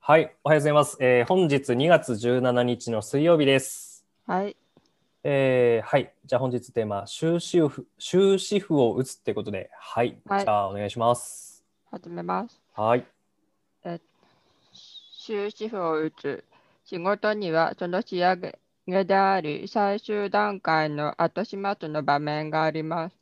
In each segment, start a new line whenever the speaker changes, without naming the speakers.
はい、おはようございます。えー本日2月17日の水曜日です。
はい。
えーはい、じゃあ本日テーマ、終止符終止符を打つってことで、はい、
はい
じゃあお願いします。
始めます。
はい、
終止符を打つ。仕事にはその仕上げであり、最終段階の後始末の場面があります。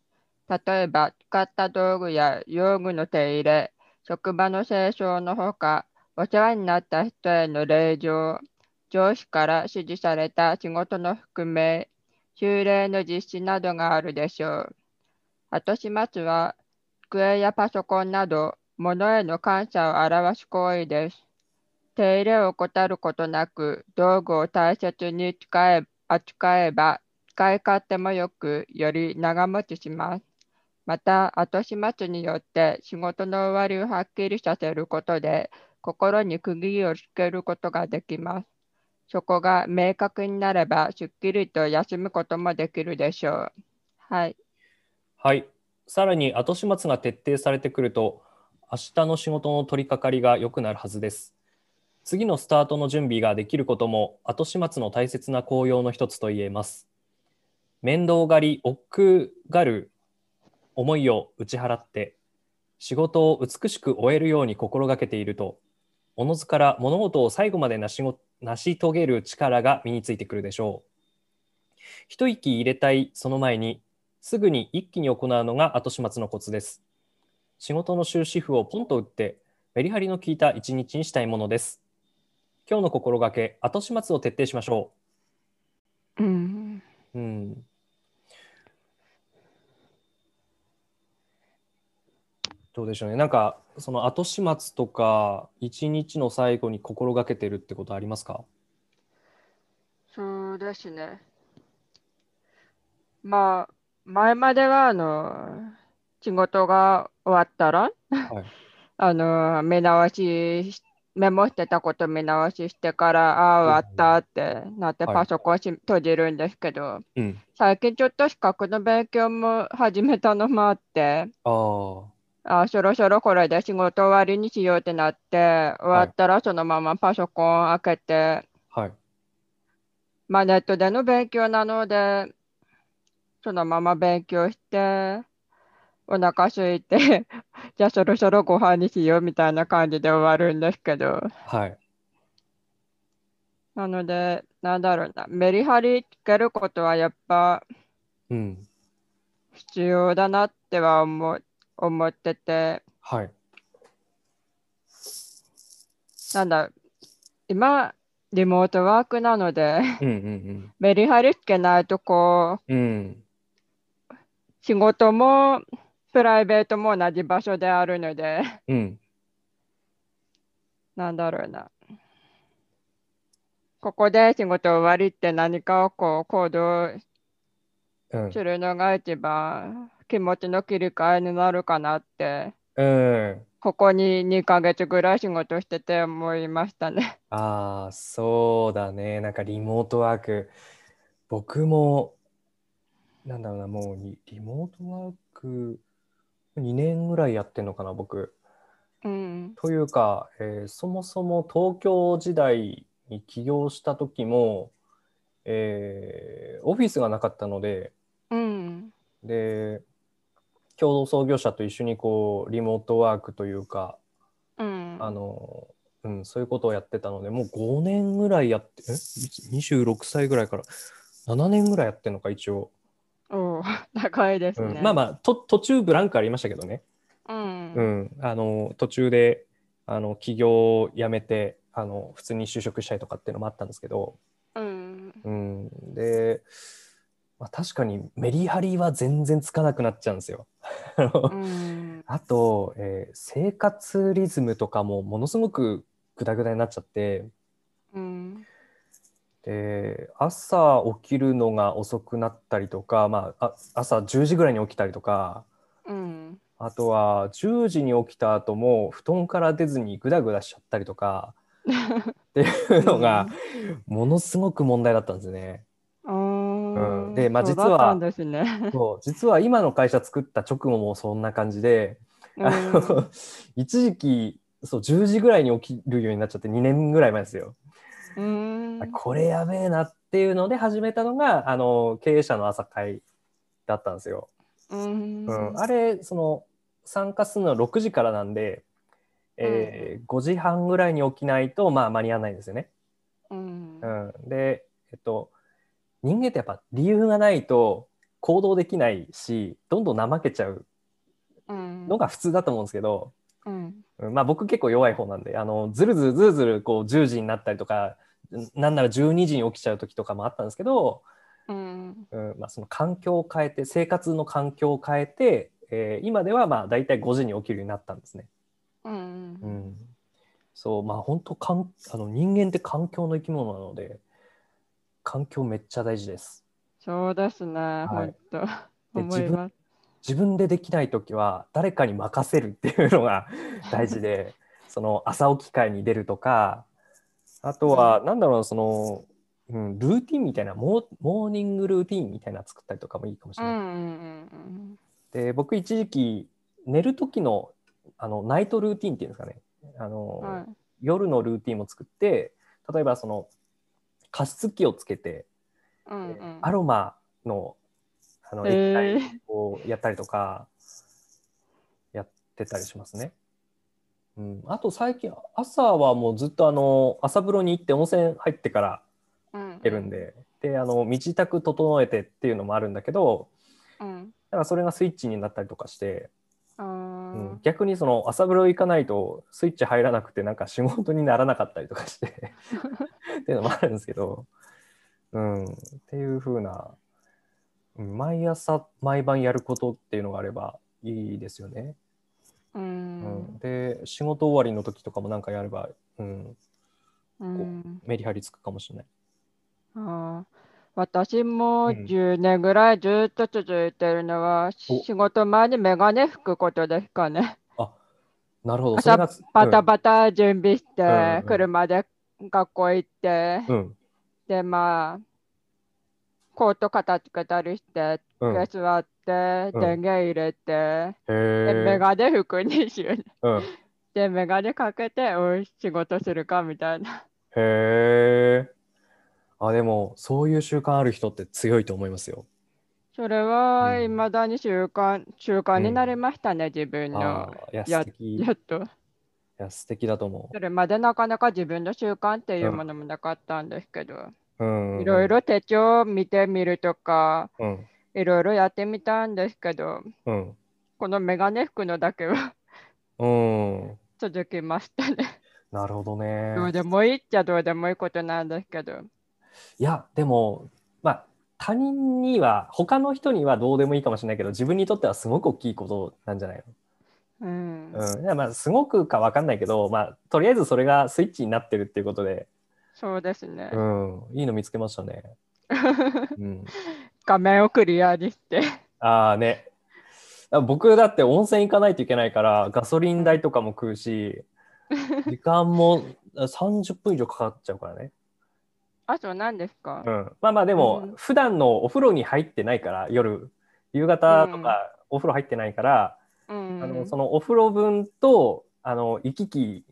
例えば、使った道具や用具の手入れ、職場の清掃のほか、お世話になった人への礼状、上司から指示された仕事の覆名、修例の実施などがあるでしょう。後始末は、机やパソコンなど、物への感謝を表す行為です。手入れを怠ることなく、道具を大切に使え扱えば、使い勝手もよく、より長持ちします。また、後始末によって仕事の終わりをはっきりさせることで、心に釘をつけることができます。そこが明確になれば、すっきりと休むこともできるでしょう。はい。
はい。さらに後始末が徹底されてくると、明日の仕事の取り掛かりが良くなるはずです。次のスタートの準備ができることも、後始末の大切な効用の一つと言えます。面倒狩り、億劫がる思いを打ち払って、仕事を美しく終えるように心がけていると、おのずから物事を最後まで成しご成し遂げる力が身についてくるでしょう。一息入れたいその前に、すぐに一気に行うのが後始末のコツです。仕事の終止符をポンと打って、メリハリの効いた一日にしたいものです。今日の心がけ、後始末を徹底しましょ
うん。
う。うん。どうでしょうね。なんか、その後始末とか、一日の最後に心がけてるってことありますか
そうですね。まあ、前までは、あの、仕事が終わったら、
はい
あの、見直しし、メモしてたこと見直ししてから、ああ、終わったってなって、
はい
パソコンし閉じるんですけど、
うん。
最近ちょっと資格の勉強も始めたのもあって、
ああ。
ああ、そろそろこれで仕事終わりにしようってなって、終わったらそのままパソコン開けて、
はい。
まあ、ネットでの勉強なので、そのまま勉強して、お腹空いて、 じゃあそろそろご飯にしようみたいな感じで終わるんですけど、
はい。
なので、なんだろうな、メリハリつけることはやっぱ
うん。
必要だなっては思う思ってて、
はい。
なんだ、今、リモートワークなので、
うんうん
メリハリつけないとこう、
うん。うん。
仕事もプライベートも同じ場所であるので、
うん。
なんだろうな。ここで仕事終わりって何かをこう行動
うん
するのが一番気持ちの切り替えになるかなって、
うん。
ここに2ヶ月ぐらい仕事してて思いましたね。
ああ、そうだね。なんかリモートワーク。僕も、なんだろうな、もうリ、リモートワーク2年ぐらいやってんのかな、僕。
うん。
というか、えーそもそも東京時代に起業した時も、えーオフィスがなかったので、
うん。
で、共同創業者と一緒にこう、リモートワークというか、
うん。
あの、うん、そういうことをやってたので、もう5年ぐらいやって、え ?26 歳ぐらいから、7年ぐらいやってんのか、一応。
おう長いです
うん
ね。
まあまあと、途中ブランクありましたけどね。
あ。うん。
うん、あの、途中で、あの、起業を辞めて、あの、普通に就職したりとかっていうのもあったんですけど、
うん。
うん、で、まあ、確かにメリハリは全然つかなくなっちゃうんですよ。あの
うん。
あと、えー生活リズムとかもものすごくグダグダになっちゃって、
うん。
で朝起きるのが遅くなったりとか、まあ、あ朝10時ぐらいに起きたりとか
うん。
あとは10時に起きた後も布団から出ずにグダグダしちゃったりと かっていうのがものすごく問題だったんですね。
うん
うんでまあ
そうだったん
実
ですね。
そう実は 今の会社作った直後もそんな感じで、
うん
あの一時期そう10時ぐらいに起きるようになっちゃって2年ぐらい前ですよ。
うーん。
これやべえなっていうので始めたのがあの経営者の朝会だったんですよ。
うーん。
うん、あれその参加するのは6時からなんで、えー5時半ぐらいに起きないと、まあ、間に合わないんですよね。
うん
う。ん、で、えっと、人間ってやっぱ理由がないと行動できないしどんどん怠けちゃう
うん。
のが普通だと思うんですけど、
うん。
うんまあ、僕結構弱い方なんであのずるずるずるずるこう10時になったりとかなんなら12時に起きちゃう時とかもあったんですけど、
うん。
うんまあ、その環境を変えて生活の環境を変えて、えー今ではまあ大体5時に起きるようになったんですね。
うん
う。ん、そうまあ本当かんあの人間って環境の生き物なので環境めっちゃ大事です。
そうですね、
い
本当。
で
思います。
自分でできない時は誰かに任せるっていうのが 大事でその朝起き会に出るとかあとはなんだろうその、うん、ルーティンみたいなモーモーニングルーティンみたいなの作ったりとかもいいかもし
う
れない。
んうん
で僕一時期寝る時のあのナイトルーティンっていうんですかねあの、
うんうん。はい。
夜のルーティンも作って例えばその加湿器をつけて、
うんうん。
アロマのあの
へ
液
ー
体をやったりとかやってたりしますね。うん、あと最近朝はもうずっとあの朝風呂に行って温泉入ってから
うん
出るんでであの身支度整えてっていうのもあるんだけど
うん。
だからそれがスイッチになったりとかして
あ
うん
ー
逆にその朝風呂行かないとスイッチ入らなくてなんか仕事にならなかったりとかして っていうのもあるんですけど、うん、っていう風なうん毎朝毎晩やることっていうのがあればいいですよね。
う
うん
ん。
で仕事終わりの時とかもなんかやれば、うん、
うん。
メリハリつくかもしれない。
あー私も
うん
10年ぐらいずっと続いてるのは、
お
仕事前にメガネ拭くことですかね。
なるほど
朝
それが
バタバタ準備し
うんうん
て、車で学校行って、
うん
で、まあ、コート片付けたりして、
うんうん、へ
机座って、
うん
電源入れて、で、メ
え、
ガネ服にしよう
うん、へ
で、メガネかけて、おい、仕事するかみたいな。
えあでもそういう習慣ある人って強いと思いますよ。
それ
う
は、
ん
いまだに習慣、習慣になりましたね、自分
あ
の。
ーいや
や
素敵
やっと。
いや素敵だと思
それまでなかなか自分の習慣ってい
う
う
ん
ものもなかったんですけど、
う。うん
いろい。ろ手帳を見てみるとか、
うん。
いろいろやってみたんですけど、
うん。
このメガネ服のだけは
うん。
続きましたね。
なるほどね
ど。うでもいいっちゃどうでもいいことなんですけど。
いや、でも、まあ、他人には、他の人にはどうでもいいかもしれないけど、自分にとってはすごく大きいことなんじゃない
うん。
の。うん。いや、まあ、すごくかわかんないけど、まあ、とりあえずそれがスイッチになってるっていうことで、
そうですね。
うん。いいの見つけました ね。うん。
画面をクリアにして。
ああね。あ僕だって温泉行かないといけないからガソリン代とかも食う し時間もあ30分以上かかっちゃうからね、
あと何ですか
うん、まあまあでも、
うん
普段のお風呂に入ってないから夜夕方とかお風呂入ってないから、
うん。
あのそのお風呂分とあの行き来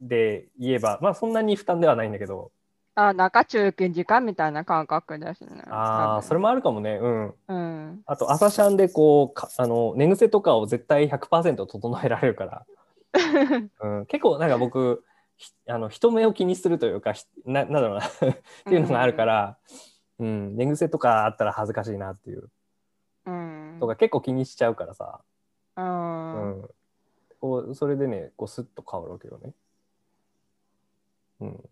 で言えばまあそんなに負担ではないんだけど
あ、なんか中勤時間みたいな感覚ですね。
ああそれ
も。
もあるかもねうん
うん。
あと朝シャンでこうかあの寝癖とかを絶対100%整えられるからうん、結構なんか僕ひあの人目を気にするというかひななんだろうなっていうのがあるから、うん寝癖とかあったら恥ずかしいなっていう
うん。うん。
とか結構気にしちゃうからさ、
う。
うんん、こうそれでねこうスッと変わるわけよね。うん、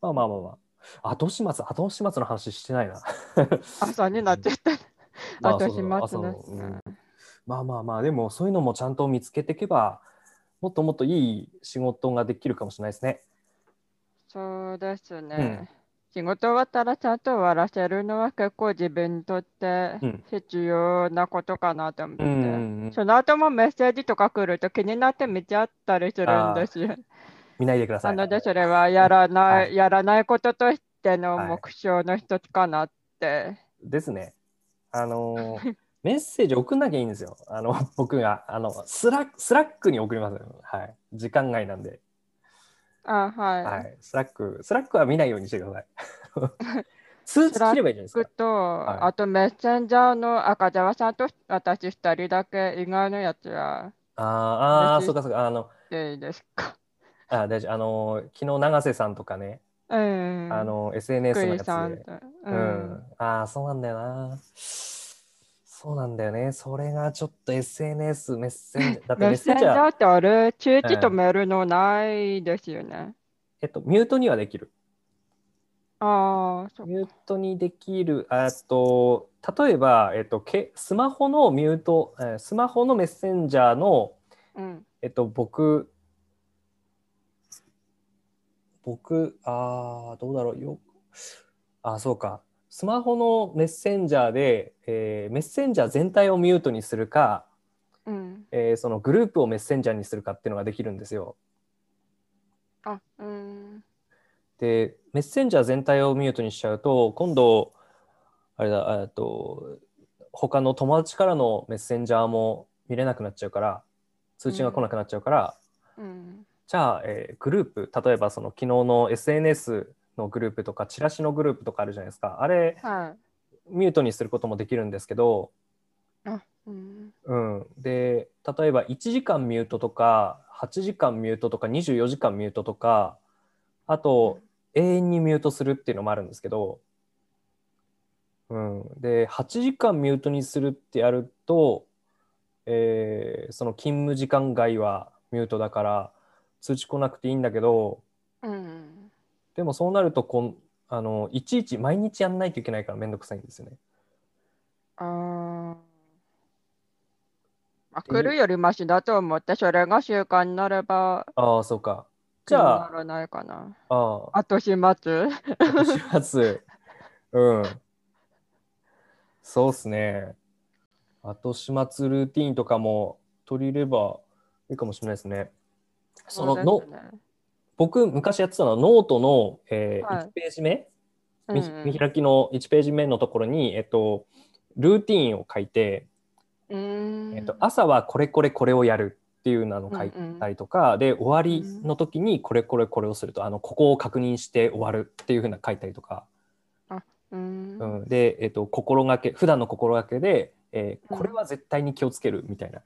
まあまあまあまあ後始末後始末の話してない な。
朝になっちゃった。
まあそ
後
う
始末
そう
で
朝
す
の
ね。
うんまあまあまあでもそういうのもちゃんと見つけていけばもっともっといい仕事ができるかもしれないですね。
そうですね。
うん
仕事終わったらちゃんと終わらせるのは結構自分にとって
うん
必要なことかなと思って。
うんうんうん
その後もメッセージとか来ると気になって見ちゃったりするんですよ。
見ないでくださ。
ないのでそれはやらない、
はい
やらないこととしての
はい
目標の一つかなって。
ですね。あのーメッセージ送んなきゃいいんですよ。あの、僕が、あの、スラック、スラックに送ります。はい。時間外なんで。
あ、はい。
はい。スラック、スラックは見ないようにしてく ださい。通知切ればいいじゃないですか
僕。と、
い
あとメッセンジャーの赤澤さんと私二人だけ以外のやつは
あーあー、
メッセージ
そうかそうか。あの、
でいいですか。
あ大丈夫。あの、昨日、永瀬さんとかね、
うん。
あの、
ク
SNS の
リ
やつ
さん
で。
と。
う
うんん。、
ああそうなんだよなそうなんだよねそれがちょっと SNS メッセンジ ャーだって
メ
メッ
ッ
セ
セン
ン
ジ
ジャ
ャー
ー
ってあれ、通知
うん
止めるのないですよね。
えっとミュートにはできる
ああ、そっか
ミュートにできるあっと例えば、えっと、けスマホのミュートえースマホのメッセンジャーの
うん。
えっと僕僕ああどうだろうよあーそうかスマホのメッセンジャーで、えーメッセンジャー全体をミュートにするか
うん。
えーそのグループをメッセンジャーにするかっていうのができるんですよ。
あ、うん。
でメッセンジャー全体をミュートにしちゃうと今度あれだえーっと他の友達からのメッセンジャーも見れなくなっちゃうから通知が来なくなっちゃうから、
うん。
じゃあ、えーグループ例えばその昨日の SNS のグループとかチラシのグループとかあるじゃないですかあれ
は
ミュートにすることもできるんですけど、
い。あ、うん。
うん、で例えば1時間ミュートとか8時間ミュートとか24時間ミュートとかあと永遠にミュートするっていうのもあるんですけど、うん、で8時間ミュートにするってやると、えーその勤務時間外はミュートだから通知来なくていいんだけど
うん。
でもそうなるとこんあのいちいち毎日やんないといけないからめんどくさいんですよね。
あーまあ。来るよりマシだと思って、それが習慣になれば、
ああそうかじゃあ
苦にならないかな。
ああ
後始末
始末。うん。そうっすね。後始末ルーティーンとかも取り入れればいいかもしれないですね。その
う
の
ですね
僕昔やってたのはノートの、えー
はい
1ページ目、
うん
見
うん
見開きの1ページ目のところに、えっと、ルーティーンを書いて、
うーん
えっと、朝はこれこれこれをやるっていうのを書いたりとか、で終わりの時にこれこれこれをするとあのここを確認して終わるっていうふうな書いたりとか。
うーん
うん、で、えっと、心がけ普段の心がけで、えー
うん
これは絶対に気をつけるみたいな、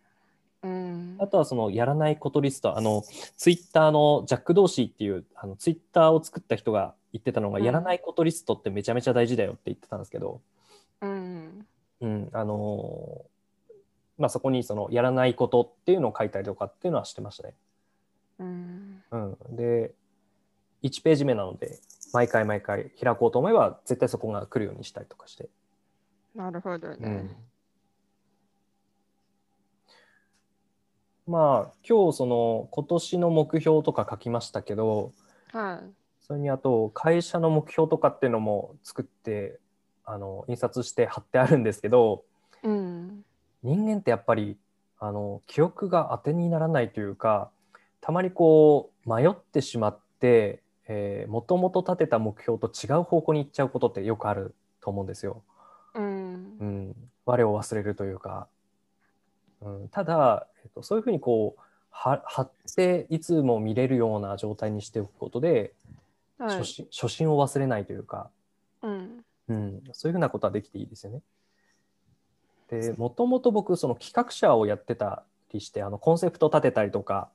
うん
あとはそのやらないことリストあのツイッターのジャック・ドーシーっていうあのツイッターを作った人が言ってたのが、
うん
やらないことリストってめちゃめちゃ大事だよって言ってたんですけど、
うん
うんあのーまあ、そこにそのやらないことっていうのを書いたりとかっていうのはしてましたね。
うん
うん、で1ページ目なので毎回毎回開こうと思えば絶対そこが来るようにしたりとかして。
なるほどね、
まあ今日その今年の目標とか書きましたけど
はい
それにあと会社の目標とかっていうのも作ってあの印刷して貼ってあるんですけど
うん
人間ってやっぱりあの記憶が当てにならないというかたまにこう迷ってしまってもともと立てた目標と違う方向に行っちゃうことってよくあると思うんですよ。
うん
うん、我を忘れるというか、うん、ただ、えっと、そういうふうにこうは張っていつも見れるような状態にしておくことで、
はい
初心初心を忘れないというか、
うん
うん、そういうふうなことはできていいですよね。でもともと僕その企画者をやってたりしてあのコンセプト立てたりとか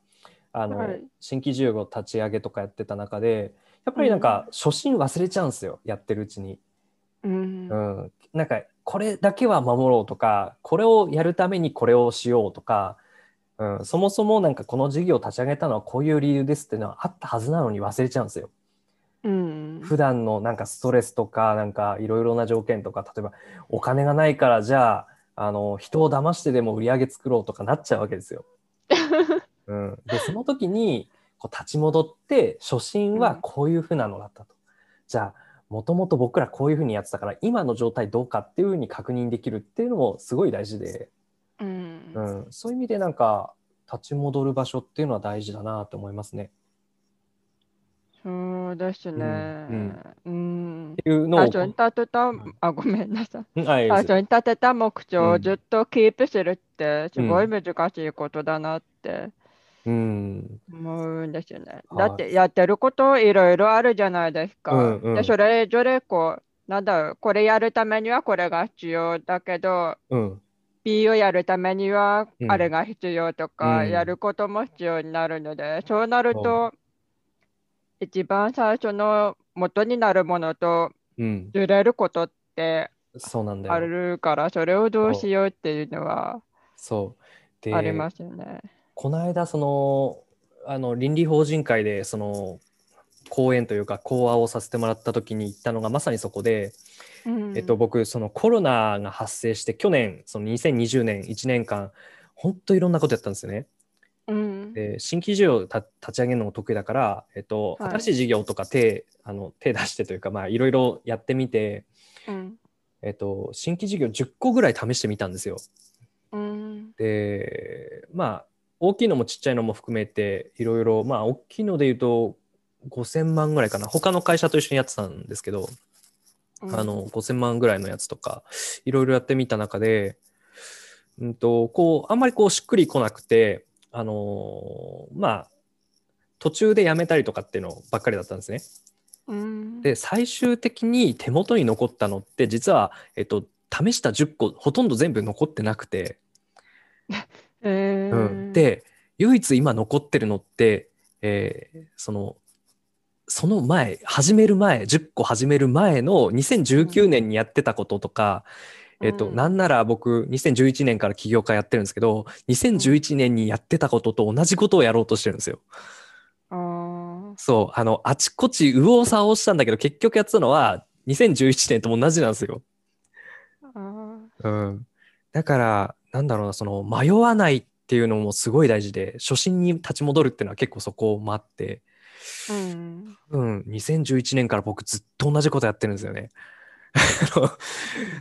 あの、
はい
新規事業立ち上げとかやってた中でやっぱりなんか初心忘れちゃうんですよ、やってるうちに。
うん
うん、なんかこれだけは守ろうとかこれをやるためにこれをしようとか、うん、そもそもなんかこの事業を立ち上げたのはこういう理由ですっていうのはあったはずなのに忘れちゃうんですよ。
うん
普段のなんかストレスとかなんかいろいろな条件とか例えばお金がないからじゃああの人を騙してでも売り上げ作ろうとかなっちゃうわけ ですよ。うん、でその時にこう立ち戻って初心はこういうふうなのだったと。じゃあもともと僕らこういうふうにやってたから今の状態どうかっていうふうに確認できるっていうのもすごい大事で、
うん
うん、そういう意味でなんか立ち戻る場所っていうのは大事だなと思いますね。
そうですね
うん
うん、うん
ていうのを、
最初に立てた、あ、ごめんなさい。
うんあいい
最
です
初に立てた目標
う
を
ん
ずっとキープするって、すごい難しいことだなって
うん
思うんですよね。
は
だ
い
ってやってることいろいろあるじゃないですか。
うんうん
で、それぞれこう、なんだろう、これやるためにはこれが必要だけど、
うん、
B をやるためには
うん
あれが必要とか、
うん
やることも必要になるので、そうなると、一番最初の元になるものと
うん、
ずれることって
そうなんだ
あ
よ。
るから、それをどうしようっていうのは
そうで
ありますよね。
この間そのあの倫理法人会でその講演というか講話をさせてもらった時に行ったのがまさにそこで、
うん
えっと、僕そのコロナが発生して去年その2020年1年間本当いろんなことやったんですよね。
うん
で新規事業をた立ち上げるのも得意だから、えっと、
はい
新しい事業とか手あの手出してというかまあいろいろやってみて、
うん
えっと、新規事業10個ぐらい試してみたんですよ。
うん
でまあ大きいのもちっちゃいのも含めていろいろまあ大きいので言うと5,000万ぐらいかな他の会社と一緒にやってたんですけど、あの5,000万ぐらいのやつとかいろいろやってみた中で、うん、とこうあんまりこうしっくりこなくてあのーまあ途中でやめたりとかっていうのばっかりだったんですね。
うん
で最終的に手元に残ったのって実は、えっと、試した10個ほとんど全部残ってなくて。
え
うん、
ー、
で唯一今残ってるのって、えーそのその前始める前10個始める前の2019年にやってたこととか、えっと
うん
なんなら僕2011年から起業家やってるんですけど2011年にやってたことと同じことをやろうとしてるんですよ。
あー
そうあのあちこち右往左往したんだけど結局やってたのは2011年と同じなんですよ。
あー
うん、だからなんだろうなその迷わないっていうのもすごい大事で初心に立ち戻るっていうのは結構そこもあって、
うん
うん、2011年から僕ずっと同じことやってるんですよね。 あの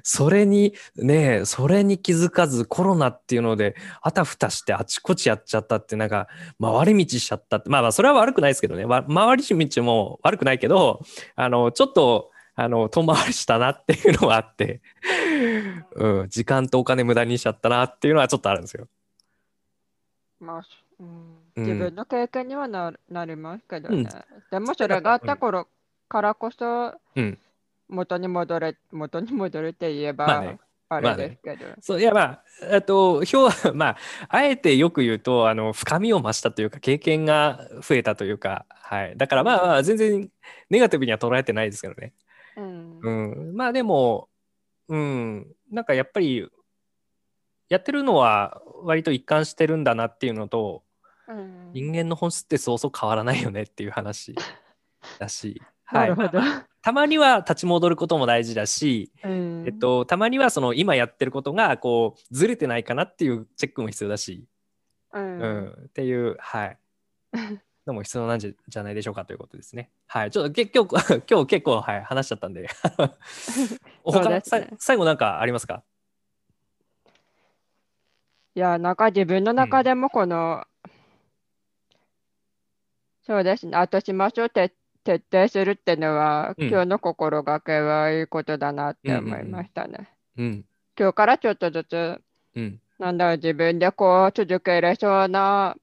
それにねえそれに気づかずコロナっていうのであたふたしてあちこちやっちゃったってなんか回り道しちゃったってまあまあそれは悪くないですけどねわ回り道も悪くないけどあのちょっとあの遠回りしたなっていうのはあって、うん、時間とお金無駄にしちゃったなっていうのはちょっとあるんですよ。
まあ、そう
うん
ん、自分の経験にはなる、なりますけど
うん
ね。でもそれがあった頃からこそ
うん、
元に戻れ、元に戻るって言え
まあ
ば
ね
あ
まあ
れ
ね
ですけど。
そういやまああと表は まああえてよく言うとあの深みを増したというか経験が増えたというか、はい、だからまあまあ全然ネガティブには捉えてないですけどね、
うん
うん、まあでも、うん、なんかやっぱりやってるのは割と一貫してるんだなっていうのと
うん
人間の本質ってそうそう変わらないよねっていう話だ し、
な
はい
る、ほど。
たまには立ち戻ることも大事だし、
うん
えっと、たまにはその今やってることがこうずれてないかなっていうチェックも必要だし、
う
うんん、っていう、 はい、のも必要なんじゃじゃないでしょうかということですね。はい、ちょっとけ今日 今日結構、はい、話しちゃったんで 他、
です
さ
ね
最後なんかありますか
いや、なんか自分の中でもこの、そうですね、後始末をて徹底するってのは、
うん
今日の心がけはいいことだなって思
うんうん
い
うん
ましたね。
うん、
今日からちょっとずつ、
うん、
なんだろう、自分でこう続けれそうな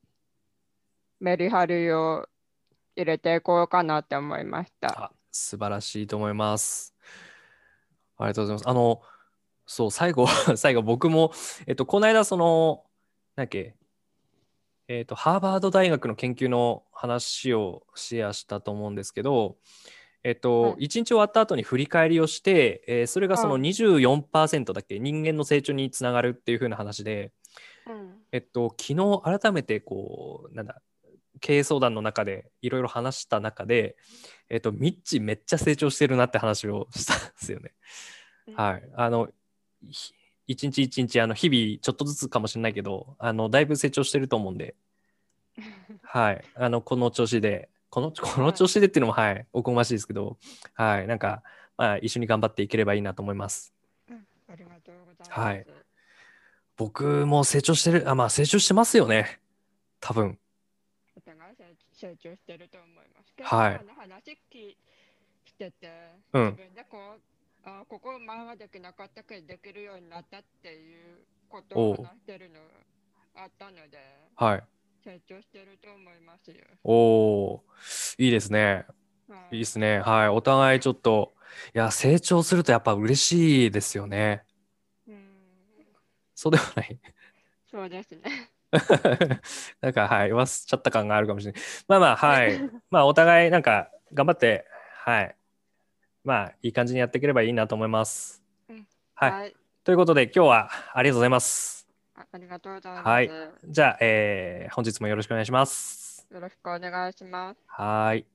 メリハリを入れていこうかなって思いました。
あ素晴らしいと思います。ありがとうございます。あの、そう、最後、 最後、僕も、えっと、この間、その、なんだっけ、えっと、ハーバード大学の研究の話をシェアしたと思うんですけど、えっ
は
と、
い
一日終わった後に振り返りをして、えーそれがその
うん
24%だっけ、人間の成長につながるっていう風な話で、
うん、
えっと、昨日改めてこうなんだ経営相談の中でいろいろ話した中で、えっと、ミッチめっちゃ成長してるなって話をしたんですよね。はい、あのひ一日一日あの日々ちょっとずつかもしれないけどあのだいぶ成長してると思うんで、はい、あのこの調子でこのこの調子でっていうのも、はい、おこがましいですけど、はい、なんか、まあ、一緒に頑張っていければいいなと思います。
ありがとうございます。
はい僕も成長してるあまあ成長してますよね多分。
お互い成長してると思います。
はい
今日の話聞いてて、
うん
自分でこうあここ前はできなかったけどできるようになったっていうこと
お
を
う
話してるのあったので
はい。
成長してると思いますよ。
おー、いいですね。
はい
いいですね。はい。お互いちょっと、いや、成長するとやっぱ嬉しいですよね。
うん
そうではない。
そうですね。
なんか、はい。忘れちゃった感があるかもしれない。まあまあ、はい。まあ、お互い、なんか、頑張って、はい。まあ、いい感じにやっていければいいなと思います。
うん
はい。
はい
ということで、今日はありがとうございます。
あありがとうございます。
はい
よ
じゃあ、えー本日もよろしくお願いします。
ろしくお願いします。
はーい。